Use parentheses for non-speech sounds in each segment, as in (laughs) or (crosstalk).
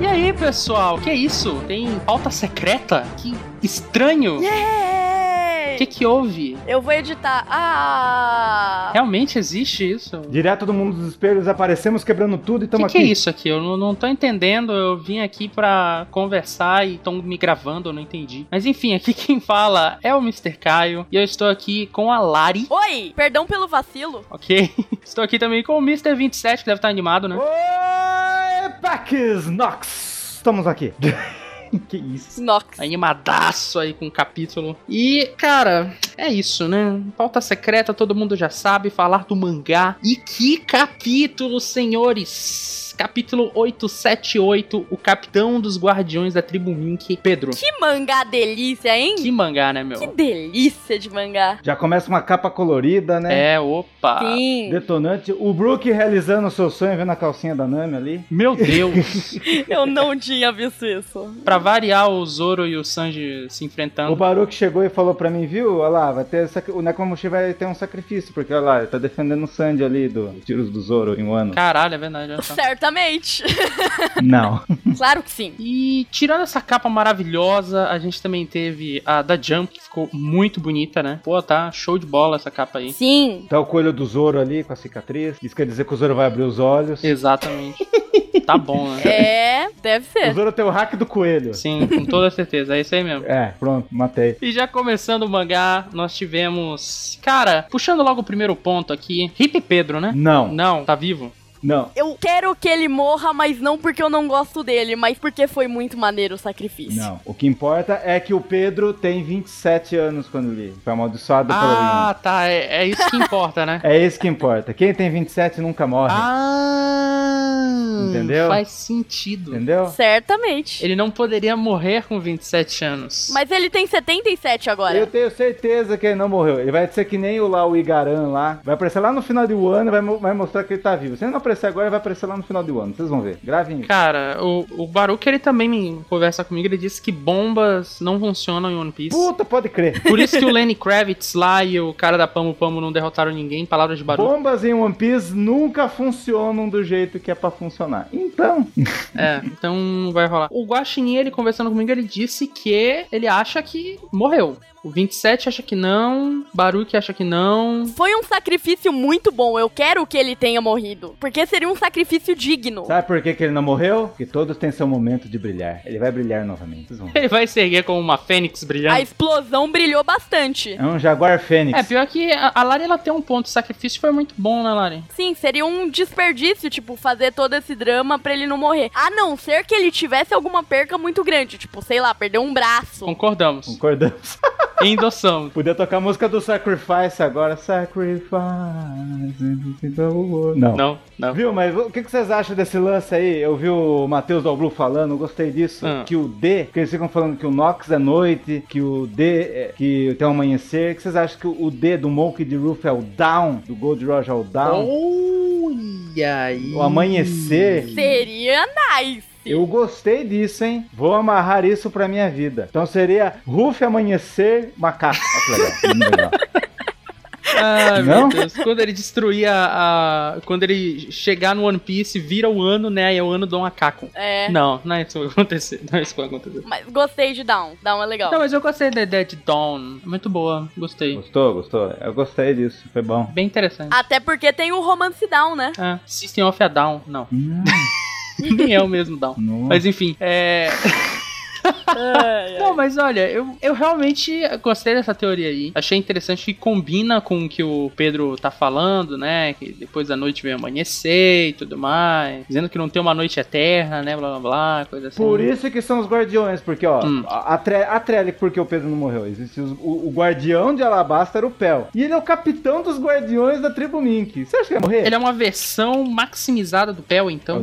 E aí, pessoal, que é isso? Tem pauta secreta? Que estranho! O Yay! que que houve? Eu vou editar. Ah! Realmente existe isso? Direto do mundo dos espelhos, aparecemos quebrando tudo e O que, estamos que é aqui. isso aqui? Eu não, não tô entendendo. Eu vim aqui pra conversar e estão me gravando, eu não entendi. Mas enfim, aqui (laughs) quem fala é o Mr. Caio e eu estou aqui com a Lari, Oi! Perdão pelo vacilo. ok? (laughs) Estou aqui também com o Mr. 27, que deve estar animado, né? Oi, Pax Nox! Estamos aqui. (laughs) que isso? Snox. Animadaço aí com o capítulo. E, cara, é isso, né? Pauta secreta, todo mundo já sabe falar do mangá. E que capítulo, senhores! Capítulo 878, o capitão dos guardiões da tribo Mink, Pedro. Que mangá delícia, hein? Que mangá, né, meu? Que delícia de mangá. Já começa uma capa colorida, né? É, opa. Sim. Detonante. O Brook realizando o seu sonho, vendo a calcinha da Nami ali. Meu Deus. (laughs) Eu não tinha visto isso. pra variar, o Zoro e o Sanji se enfrentando. O Baruch chegou e falou pra mim, viu? Olha lá, vai ter sac... o Nekomushi vai ter um sacrifício, porque olha lá, ele tá defendendo o Sandy ali do dos tiros do Zoro em um ano. Caralho, é verdade. olha só. (laughs) Certamente. (laughs) Não. claro que sim. E tirando essa capa maravilhosa, a gente também teve a da Jump, que ficou muito bonita, né? Pô, tá show de bola essa capa aí. Sim. Tá o coelho do Zoro ali com a cicatriz. Isso quer dizer que o Zoro vai abrir os olhos. (laughs) Exatamente. tá bom, né? É, deve O ser. Zoro tem o hack do coelho. Sim, com toda certeza, é isso aí mesmo. É, pronto, matei. E já começando o mangá, nós tivemos. Cara, puxando logo o primeiro ponto aqui. Hip Pedro, né? Não, Não, tá vivo? não. Eu quero que ele morra, mas não porque eu não gosto dele, mas porque foi muito maneiro o sacrifício. Não. O que importa é que o Pedro tem 27 anos quando ele foi amaldiçoado pelo Ah, tá. É, é isso que importa, (laughs) né? Lin. É isso que importa. Quem tem 27 nunca morre. Ah! É. Entendeu? Faz sentido. Entendeu? Certamente. Ele não poderia morrer com 27 anos. Mas ele tem 77 agora. Eu tenho certeza que ele não morreu. Ele vai ser que nem o lá, o Igaran lá. Vai aparecer lá no final do ano, vai, mo- vai mostrar que ele tá vivo. Se ele não aparecer agora, ele vai aparecer lá no final do ano. Vocês vão ver. Gravem isso. Cara, o, o Baruch, ele também me conversa comigo, ele disse que bombas não funcionam em One Piece. Puta, (laughs) pode crer. Por isso que o Lenny Kravitz lá e o cara da Pamo Pamo não derrotaram ninguém, palavras de Baruch. Bombas em One Piece nunca funcionam do jeito que é pra funcionar. Então, É, então não vai rolar. O Guaxinim, ele conversando comigo, ele disse que ele acha que morreu. O 27 acha que não, Baruch acha que não. Foi um sacrifício muito bom. Eu quero que ele tenha morrido. Porque seria um sacrifício digno. sabe por que, que ele não morreu? Porque todos têm seu momento de brilhar. Ele vai brilhar novamente. Vocês vão ver. Ele vai se erguer como uma fênix A brilhante. explosão brilhou bastante. É um Jaguar Fênix. É, pior que a a Lari, ela tem um ponto. O sacrifício foi muito bom, né, Lari? Sim, seria um desperdício, tipo, fazer todo esse drama pra ele não morrer. A não ser que ele tivesse alguma perca muito grande, tipo, sei lá, perdeu um braço. Concordamos. Concordamos. Endossamos. (laughs) Podia tocar a música do Sacrifice agora. Sacrifice. Não. Não, não. Viu, mas o que que vocês acham desse lance aí? Eu vi o Matheus Dalblu falando, eu gostei disso. Ah. Que o D, que eles ficam falando que o Nox é noite, que o D é, que tem o amanhecer. O que vocês acham que o D do Monkey D. Roof é o Down, do Gold Rush é o Down? Olha aí. O amanhecer. Seria nice. Eu gostei disso, hein? Vou amarrar isso pra minha vida. Então seria Roof Amanhecer Macaco. Olha (laughs) que legal. Legal. Ah, meu Não? Deus. Quando ele destruir a, a- Quando ele chegar no One Piece, vira o ano, né? E é o ano do macaco. É. Não, não é isso que vai acontecer. Não é isso que vai acontecer. Mas gostei de Down. Down é legal. Não, mas eu gostei da ideia de Dawn. Muito boa, gostei. Gostou, gostou? Eu gostei disso, foi bom. Bem interessante. Até porque tem o romance Down, né? Ah, System of a Down. Não, (laughs) Hum, nem é o mesmo Down. nossa. Mas enfim, é. Não, mas olha, eu, eu realmente gostei dessa teoria aí. Achei interessante que combina com o que o Pedro tá falando, né? Que depois da noite vem amanhecer e tudo mais. Dizendo que não tem uma noite eterna, né? Blá blá blá, coisa assim. Por isso que são os guardiões, porque ó, Hum. a a tre- a Trellic, porque o Pedro não morreu, existe os- o, o guardião de Alabasta era o Pel. E ele é o capitão dos guardiões da tribo Mink. Você acha que ia morrer? Ele é uma versão maximizada do Pel, É o então.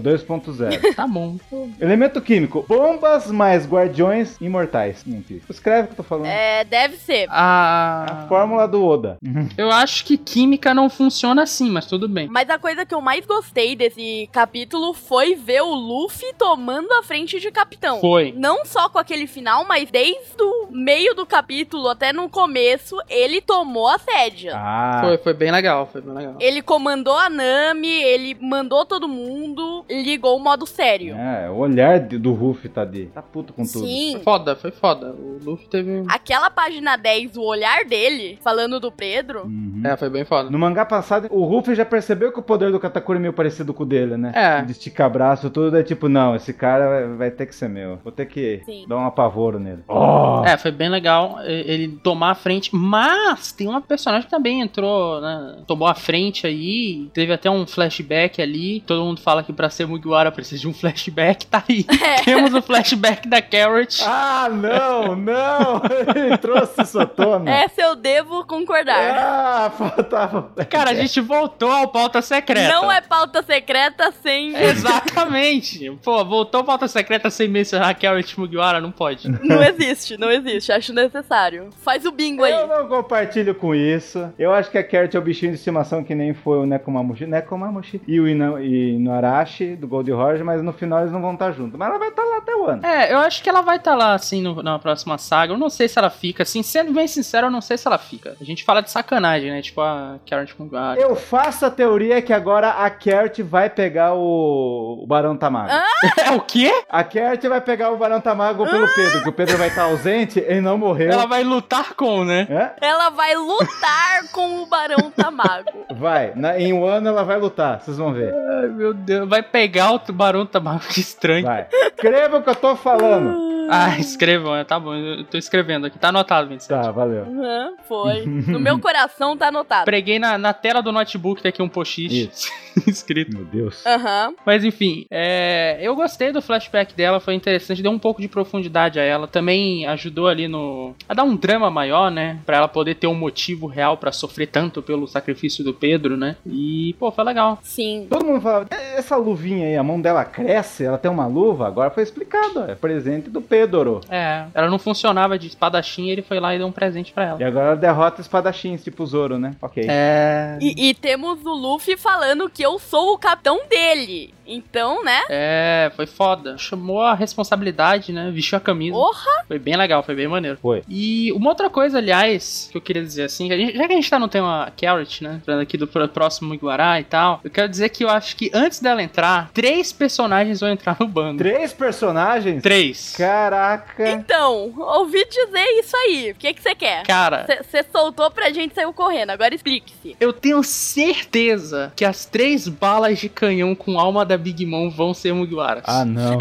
(laughs) 2.0. Tá bom. Elemento químico: bombas mais guardiões Campeões imortais. Mentira. Escreve o que eu tô falando. É, deve ser. A... (laughs) A fórmula do Oda. Eu acho que química não funciona assim, mas tudo bem. Mas a coisa que eu mais gostei desse capítulo foi ver o Luffy tomando a frente de capitão. Foi. Não só com aquele final, mas desde o meio do capítulo até no começo, ele tomou a sede. Ah, Foi, foi bem legal, foi bem legal. Ele comandou a Nami, ele mandou todo mundo, ligou o modo sério. é, o olhar de- do Ruff tá de. Tá puto com tudo. Foi Sim. foda, foi foda. O Luffy teve. Aquela página 10, o olhar dele, falando do Pedro. Uhum. É, foi bem foda. No mangá passado, o Ruff já percebeu que o poder do Katakuri é meio parecido com o dele, né? É. De esticar braço, tudo. É tipo, não, esse cara vai, vai ter que ser meu. Vou ter que Sim. dar um apavoro nele. Oh! É, foi bem legal eh, ele tomar a frente, mas tem uma personagem que também entrou, né? Tomou a frente aí, teve até um flashback ali. Todo mundo fala que pra ser Mugiwara precisa de um flashback, tá (laughs) aí. É. Temos o flashback da Carrot. Ah, não, não! (laughs) Ele trouxe isso à tona. Essa é eu devo concordar. Ah, (laughs) faltava. Cara, a gente voltou ao pauta secreta. Não é pauta secreta sem. É. Exatamente. Pô, voltou ao pauta secreta sem mencionar a Carrot Mugiwara, não pode. (laughs) Não existe, não existe. Acho necessário. Faz o bingo Eu aí. não compartilho com isso. Eu acho que a Carrot é o bichinho de estimação que nem foi o Nekomamushi, Nekomamushi e o Ina, Inuarashi do Gold Roger, mas no final eles não vão estar juntos. Mas ela vai estar lá até o ano. É, eu acho que ela vai estar lá, assim, no- na próxima saga. Eu não sei se ela fica, assim, sendo bem sincero, eu não sei se ela fica. A gente fala de sacanagem, né? Tipo, a Karen Mugiwara. Eu faço a teoria que agora a Carrot vai pegar o, o Barão Tamago. (laughs) É o quê? A Carrot vai pegar o Barão Tamago pelo Pedro, que o Pedro vai estar ausente, ele não morreu. Ela vai lutar com, né? Hã? Ela vai lutar com o Barão Tamago. Vai, Na- em um ano ela vai lutar, vocês vão ver. Ai, meu Deus. Vai pegar o tubarão tabaco, que estranho. Vai. Escreva o que eu (laughs) tô falando. Ah, escrevam, é, tá bom. Eu tô escrevendo aqui, tá anotado, 27. Tá, valeu. Aham, (laughs) foi. No meu coração tá anotado. Preguei na, na tela do notebook, tem aqui um post (laughs) escrito. Meu Deus. Aham. Mas enfim, é, eu gostei do flashback dela, foi interessante, deu um pouco de profundidade a ela. Também ajudou ali no. a dar um drama maior, né? Pra ela poder ter um motivo real pra sofrer tanto pelo sacrifício do Pedro, né? E, pô, foi legal. Sim. Todo mundo falava, "É, essa luvinha aí, a mão dela cresce, ela tem uma luva, agora foi explicado, ó, é presente do Pedro. É, ela não funcionava de espadachim, ele foi lá e deu um presente pra ela. E agora ela derrota espadachins, tipo Zoro, né? Ok. É. E, e temos o Luffy falando que eu sou o capitão dele. Então, né? É, foi foda. Chamou a responsabilidade, né? Vestiu a camisa. Porra! Foi bem legal, foi bem maneiro. Foi. E uma outra coisa, aliás, que eu queria dizer assim, que a gente- já que a gente tá no tema Carrot, né? Entrando aqui do pro- próximo Iguará e tal, eu quero dizer que eu acho que antes dela entrar, três personagens vão entrar no bando. Três personagens? Três. Caraca. Então, ouvi dizer isso aí. O que que você quer? Cara, Você soltou pra gente saiu correndo. Agora explique-se. eu tenho certeza que as três balas de canhão com alma da Big Mom vão ser um Mugiwaras. (laughs) Ah, não.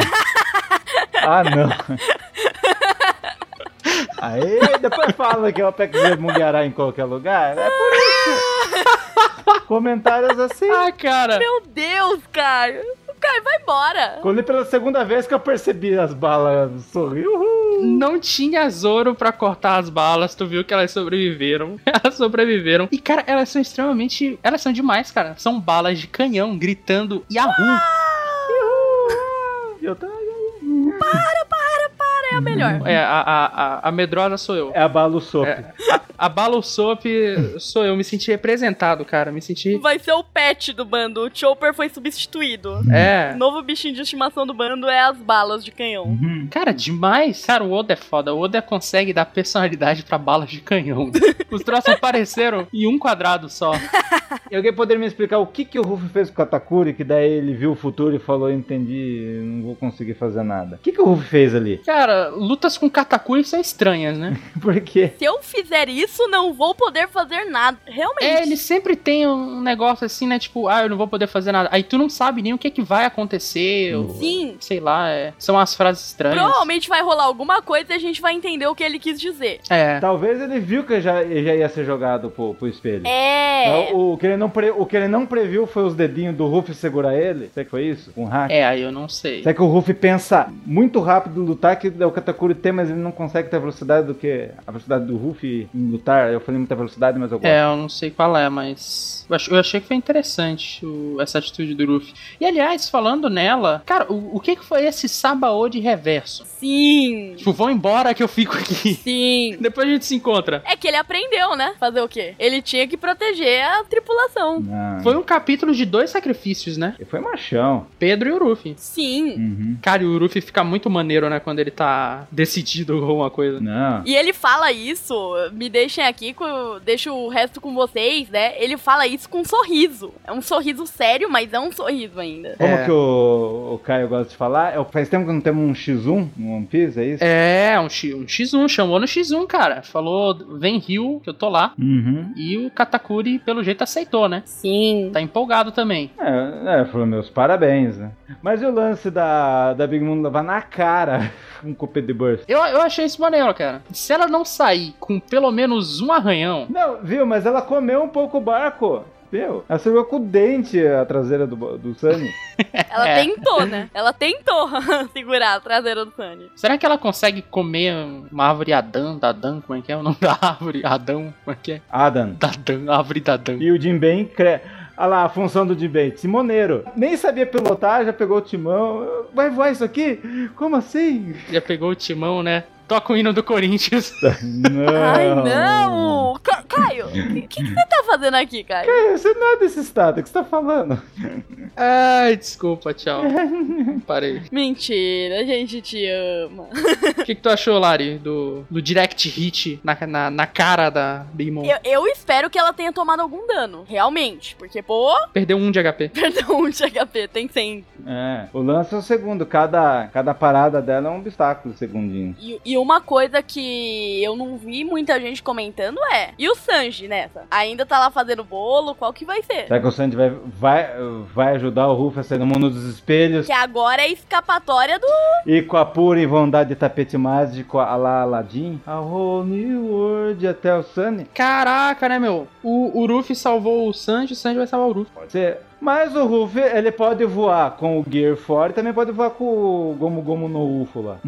ah, não. (laughs) Aí, depois fala que é o Peck Mugiará em qualquer lugar. É por isso. Comentários assim. Ah, cara. Meu Deus, cara. O cara vai embora. Quando pela segunda vez que eu percebi as balas sorriu. Uhul. não tinha Zoro pra cortar as balas, tu viu que elas sobreviveram. (laughs) Elas sobreviveram. E, cara, elas são extremamente. Elas são demais, cara. São balas de canhão gritando Yahoo! E eu tava. É a melhor. É, a, a, a, a medrosa sou eu. É a bala o sopro. A bala ou soap sou eu. Me senti representado, cara. Me senti. Vai ser o pet do bando. O Chopper foi substituído. É. O novo bichinho de estimação do bando é as balas de canhão. Uhum. Cara, demais. Cara, o Oda é foda. O Oda consegue dar personalidade pra balas de canhão. Os troços apareceram em um quadrado só. E alguém poderia me explicar o que, que o Ruffy fez com o Katakuri, que daí ele viu o futuro e falou, entendi, não vou conseguir fazer nada. O que, que o Ruffy fez ali? (laughs) Cara, lutas com katakuri são estranhas, né? Por quê? Se eu fizer isso, não vou poder fazer nada. Realmente. É, ele sempre tem um negócio assim, né? Tipo, ah, eu não vou poder fazer nada. Aí tu não sabe nem o que, que vai acontecer. ou- Sim. Sei lá, é, são as frases estranhas. Provavelmente vai rolar alguma coisa e a gente vai entender o que ele quis dizer. É. Talvez ele viu que já, ele já ia ser jogado pro, pro espelho. Então, É. O, o que ele não pre- o que ele não previu foi os dedinhos do Ruffy segurar ele. Será que foi isso? Um hack? É, aí eu não sei. Será que o Ruffy pensa é muito rápido em lutar, que o Katakuri tem, mas ele não consegue ter a velocidade do que a velocidade do Ruffy em militar. Eu falei muita velocidade, mas eu gosto. É, eu não sei qual é, mas. Eu ach- eu achei que foi interessante o- essa atitude do Luffy. E aliás, falando nela, cara, o, o que, que foi esse Sabaô de reverso? Sim. Tipo, vão embora que eu fico aqui. Sim. Depois a gente se encontra. É que ele aprendeu, né? Fazer o quê? Ele tinha que proteger a tripulação. Não. Foi um capítulo de dois sacrifícios, né? Ele foi machão. Pedro e o Luffy. Sim. Uhum. Cara, e o Luffy fica muito maneiro, né? Quando ele tá decidido (laughs) com alguma coisa. Não. E ele fala isso, me deixem aqui, co- deixo o resto com vocês, né? Ele fala isso com um sorriso. É um sorriso sério, mas é um sorriso ainda. Como É. que o, o Caio gosta de falar? É o- faz tempo que não temos um X1 no One Piece, é isso? É, um, X, um X1, chamou no X1, cara. Falou, vem Rio, que eu tô lá. Uhum. E o Katakuri, pelo jeito, aceitou, né? Sim. Tá empolgado também. É, é, falou meus parabéns, né? Mas e o lance da, da Big Moon levar na cara (laughs) um cupê de burst? Eu, eu achei isso maneiro, cara. Se ela não sair com pelo menos um arranhão. Não, viu? Mas ela comeu um pouco o barco, viu? Ela segurou com o dente a traseira do, bo- do Sunny. Ela É. tentou, né? Ela tentou (laughs) segurar a traseira do Sunny. Será que ela consegue comer uma árvore Adão, Dadão, como é que é o nome da árvore? Adão, como é que é? (laughs) Adam. Dadão, árvore Dadão. E o Jim Ben, cre... Olha lá, a função do Jim Ben, timoneiro. Nem sabia pilotar, já pegou o timão. Vai voar isso aqui? Como assim? Já pegou o timão, né? Toca o hino do Corinthians. Não. Ai, não! Ca- Caio, o que, que você tá fazendo aqui, Caio? Cara, Você não é desse estado, o que você tá falando? Ai, desculpa, tchau. Parei. Mentira, a gente te ama. O que, que tu achou, Lari, do, do direct hit na, na, na cara da Big Mom? Eu, eu espero que ela tenha tomado algum dano, realmente. Porque, pô, (laughs) Perdeu um de HP. perdão de HP, tem 100. É, o lance é o segundo, cada, cada parada dela é um obstáculo, segundinho. E, e uma coisa que eu não vi muita gente comentando é: e o Sanji nessa? Ainda tá lá fazendo bolo, qual que vai ser? Será que o Sandy vai, vai, vai ajudar o Ruff a sair do mundo dos espelhos? Que agora é escapatória do. E com a pura vontade de tapete mágico, a lá Aladdin? A whole new world até o Sunny? Caraca, né, meu? O, o Ruffy salvou o Sanji, o Sanji vai salvar o Ruffy. Pode ser. Mas o Ruff, ele pode voar com o Gear 4 e também pode voar com o Gomu Gomu no Ufo lá.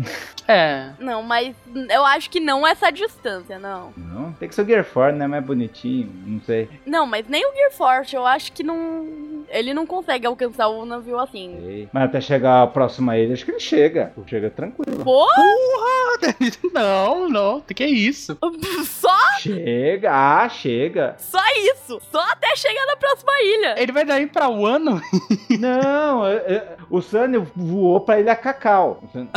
É, Não, mas eu acho que não essa distância, não. Não? Tem que ser o Gear 4, né? Mais bonitinho, não sei. Não, mas nem o Gear Forte, eu acho que não. Ele não consegue alcançar o navio assim. Sei. Mas até chegar a próxima ilha, acho que ele chega. Chega tranquilo. Pô, (laughs) Ah, Não, não, que é isso? só, Chega, ah, chega. só isso. Só até chegar na próxima ilha. Ele vai daí pra Wano? Não, é- é- o Sunny voou pra Ilha Cacau. O Ah. Sunny-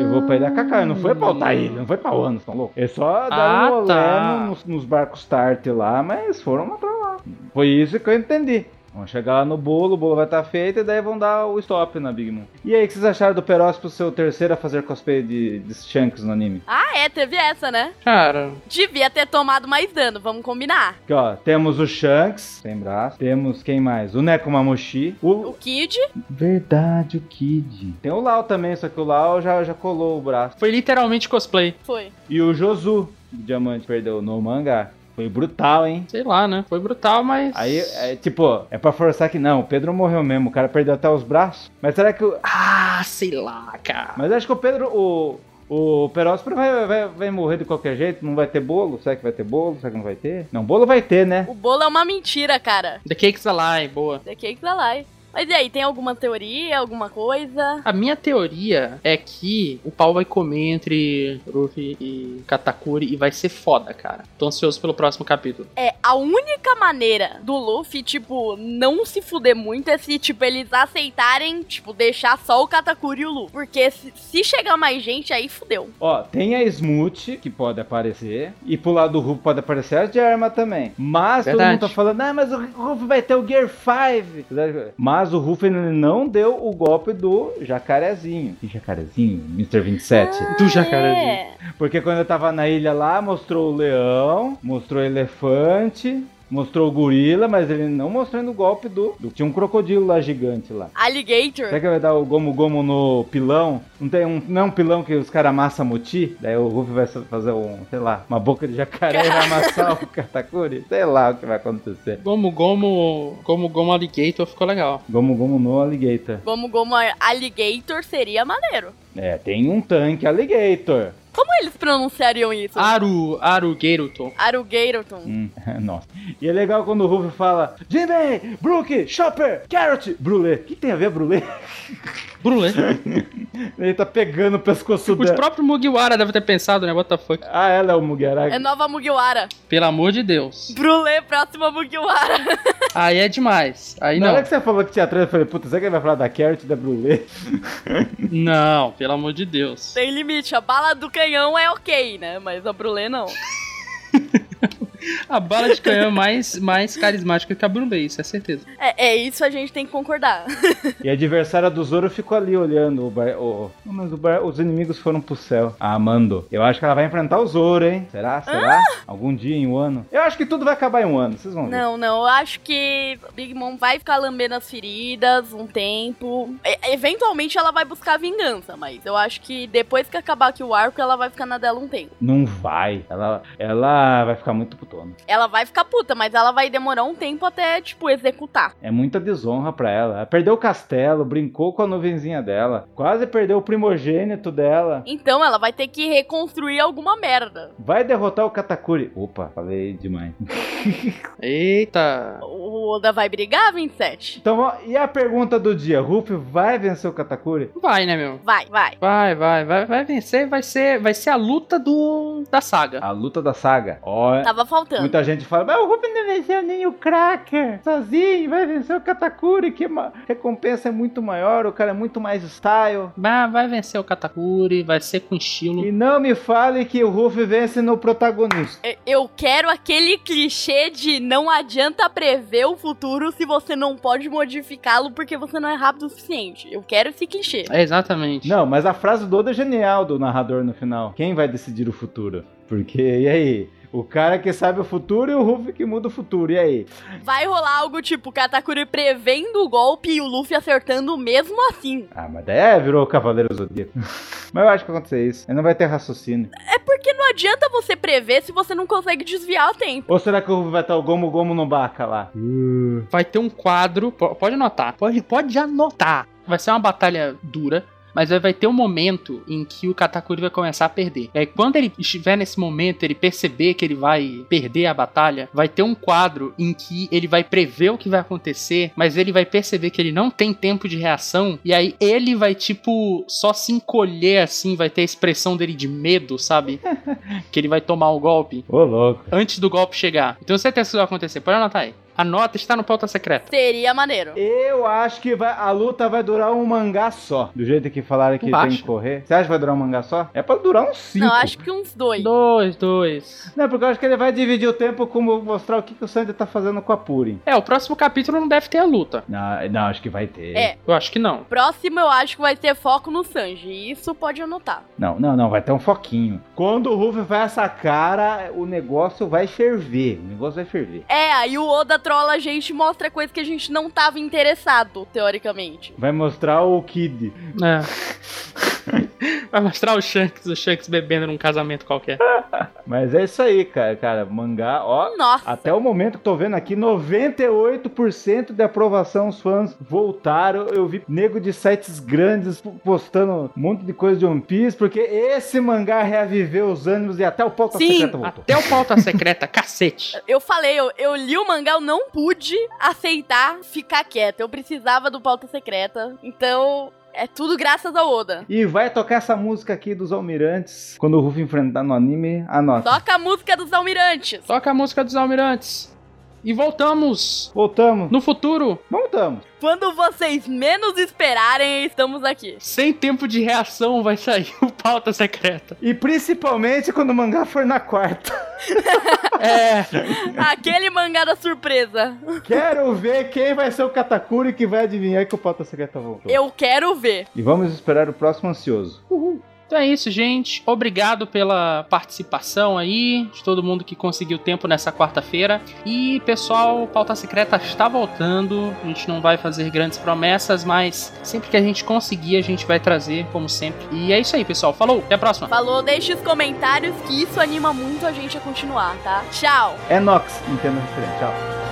Ele voou pra Ilha Cacau, não foi pra outra ilha, não foi pra Wano, tão louco. Ele só deu Ah, um rolê tá. no- nos, nos barcos Tarte lá, mas foram lá pra lá. Foi isso que eu entendi. Vão chegar lá no bolo, o bolo vai estar feito e daí vão dar o stop na Big Moon. E aí, o que vocês acharam do Peróspio ser o terceiro a fazer cosplay de, de Shanks no anime? Ah, é, teve essa, né? Cara, Devia ter tomado mais dano, vamos combinar. Aqui, ó, temos o Shanks, sem braço. Temos quem mais? O Nekomamushi. O, O Kid, Verdade, o Kid. Tem o Lau também, só que o Lau já, já colou o braço. foi literalmente cosplay. foi. E o Josu, o diamante, perdeu no mangá. Foi brutal, hein? Sei lá, né? Foi brutal, mas. Aí, é, tipo, é pra forçar que não, o Pedro morreu mesmo, o cara perdeu até os braços. Mas será que o. Ah, sei lá, cara. Mas acho que o Pedro, o. O Peróspero vai, vai, vai morrer de qualquer jeito, não vai ter bolo? Será que vai ter bolo? Será que não vai ter? Não, bolo vai ter, né? O bolo é uma mentira, cara. é The Cake's Alive, boa. The Cakes Alive. Mas e aí, tem alguma teoria, alguma coisa? A minha teoria é que o pau vai comer entre Ruffy e Katakuri e vai ser foda, cara. Tô ansioso pelo próximo capítulo. É, a única maneira do Luffy, tipo, não se fuder muito é se, tipo, eles aceitarem, tipo, deixar só o Katakuri e o Luffy. Porque se, se chegar mais gente, aí fudeu. Ó, tem a Smooth, que pode aparecer, e pro lado do Ruff pode aparecer a Germa também. Mas todo Verdade. mundo tá falando, ah, mas o Ruff vai ter o Gear 5. Mas o Ruff ele não deu o golpe do jacarezinho. Que jacarezinho? Mr. 27. Do jacaré. É. Porque quando eu tava na ilha lá, mostrou o leão, mostrou o elefante, mostrou o gorila, mas ele não mostrou ainda o golpe do... do- Tinha um crocodilo lá gigante lá. Será Alligator. É que vai dar o Gomu Gomu no pilão? Não tem um, não é um pilão que os caras amassam moti? Daí o Ruffy vai fazer um, sei lá, uma boca de jacaré e vai amassar o Katakuri? Sei lá o que vai acontecer. Gomu Gomu. Gomu Gomu Alligator ficou legal. Gomu Gomu no Alligator. Gomu Gomu Alligator seria maneiro. É, tem um tanque Alligator. Como eles pronunciariam isso? Aru, Aru Geruton. Arugueiroton. Hum, (laughs) nossa. E é legal quando o Rufio fala Jinbei, Brook, Chopper, Carrot, Brulé. O que tem a ver Brulé? (laughs) Brulé. Ele tá pegando o pescoço Os dela. próprios Mugiwara devem ter pensado, né? What the fuck? Ah, ela é o Mugiaraki. É nova Mugiwara. Pelo amor de Deus. Brulé, próxima (laughs) Mugiwara. Aí é demais. Aí Na não. hora que você falou que tinha três, eu falei, puta, será que ele vai falar da Carrot e da Brulé? (laughs) Não, pelo amor de Deus. Tem limite. A bala do canhão é ok, né? Mas a Brulé não. A bala de canhão é mais, mais carismática que a Brulé, isso é certeza. É, é isso a gente tem que concordar. E a adversária do Zoro ficou ali olhando o bar. O... Não, Mas o bar... os inimigos foram pro céu. A Amando. Eu acho que ela vai enfrentar o Zoro, hein? Será? Será? Algum dia em um ano? Eu acho que tudo vai acabar em um ano, vocês vão ver. Não, não. Eu acho que Big Mom vai ficar lambendo as feridas um tempo. E- eventualmente ela vai buscar vingança, mas eu acho que depois que acabar aqui o arco, ela vai ficar na dela um tempo. Não vai. Ela, ela vai ficar muito putona. Ela vai ficar puta, mas ela vai demorar um tempo até, tipo, executar. É muita desonra pra ela. Ela Perdeu o castelo, brincou com a nuvenzinha dela, quase perdeu o primogênito dela. Então ela vai ter que reconstruir alguma merda. Vai derrotar o Katakuri. Opa, falei demais. Eita. O Oda vai brigar, 27? Então, ó, e a pergunta do dia? Ruff vai vencer o Katakuri? Vai, né, meu? Vai, vai. Vai, vai, vai, vai vencer, vai ser, vai ser a luta do da saga. A luta da saga. Ó, Tava faltando. Muita gente fala, mas o Ruff não venceu nem o Cracker sozinho, vai vencer o Katakuri, que ma- recompensa é muito maior, o cara é muito mais style. Vai, vai vencer o Katakuri, vai ser com estilo. E não me fale que o Ruff vence no protagonista. Eu- É, Eu quero aquele clichê de não adianta prever o futuro se você não pode modificá-lo porque você não é rápido o suficiente. Eu quero esse clichê. É, exatamente. Não, mas a frase do Oda é genial do narrador no final. Quem vai decidir o futuro? Porque, e aí? O cara que sabe o futuro e o Ruff que muda o futuro, e aí? Vai rolar algo tipo Katakuri prevendo o golpe e o Luffy acertando mesmo assim. Ah, mas daí é, virou o Cavaleiro Zodíaco. (laughs) mas eu acho que vai acontecer isso. Ele não vai ter raciocínio. É porque não adianta você prever se você não consegue desviar a tempo. Ou será que o Ruff vai estar o Gomu Gomu no Baca lá? Vai ter um quadro, po- pode anotar, pode, pode anotar. Vai ser uma batalha dura, mas vai- vai ter um momento em que o Katakuri vai começar a perder. E aí, quando ele estiver nesse momento, ele perceber que ele vai perder a batalha, vai ter um quadro em que ele vai prever o que vai acontecer, mas ele vai perceber que ele não tem tempo de reação, e aí ele vai, tipo, só se encolher assim, vai ter a expressão dele de medo, (laughs) sabe? que ele vai tomar o golpe. Ô, louco. Antes do golpe chegar. Então certeza que isso vai acontecer. Pode anotar aí. A nota está no pauta secreta. Seria maneiro. Eu acho que vai- a luta vai durar um mangá só. Do jeito que falaram que Tu acha? tem que correr. Você acha que vai durar um mangá só? É pra durar uns cinco. Não, acho que uns dois. Dois, dois. Não, porque eu acho que ele vai dividir o tempo como mostrar o que, que o Sandy tá fazendo com a Purim. É, o próximo capítulo não deve ter a luta. Não, não, acho que vai ter. É. Eu acho que não. Próximo eu acho que vai ter foco no Sanji. Isso pode anotar. Não, não, não, vai ter um foquinho. Quando o Ruff faz essa cara, o negócio vai ferver. O negócio vai ferver. É, aí o Oda trola a gente e mostra coisa que a gente não tava interessado, teoricamente. Vai mostrar o Kid. É. (laughs) Vai mostrar o Shanks, o Shanks bebendo num casamento qualquer. Mas é isso aí, cara. Cara, mangá, ó. Nossa, Até o momento que tô vendo aqui, 98% de aprovação os fãs voltaram. Eu vi nego de sites grandes postando um monte de coisa de One Piece, porque esse mangá reaviveu os ânimos e até o pauta Sim. secreta voltou. Até o pauta secreta, (laughs) cacete. eu falei, eu, eu li o mangá, eu não pude aceitar ficar quieta. Eu precisava do pauta secreta. Então, é tudo graças ao Oda. E vai tocar essa música aqui dos Almirantes quando o Ruff enfrentar no anime. Anota. Toca a música dos almirantes. Toca a música dos almirantes. E voltamos! Voltamos. No futuro, Voltamos. Quando vocês menos esperarem, (laughs) estamos aqui. sem tempo de reação, vai sair o pauta secreta. E principalmente quando o mangá for na quarta. (laughs) É, Aquele mangá da surpresa. Quero ver quem vai ser o Katakuri que vai adivinhar que o pauta secreta voltou. Eu quero ver. E vamos esperar o próximo ansioso. então é isso, gente. Obrigado pela participação aí, de todo mundo que conseguiu tempo nessa quarta-feira. E pessoal, o pauta secreta está voltando. A gente não vai fazer grandes promessas, mas sempre que a gente conseguir, a gente vai trazer, como sempre. E é isso aí, pessoal. Falou, até a próxima. Falou, deixe os comentários que isso anima muito a gente a continuar, tá? Tchau! É Nox, entendo referente. Tchau.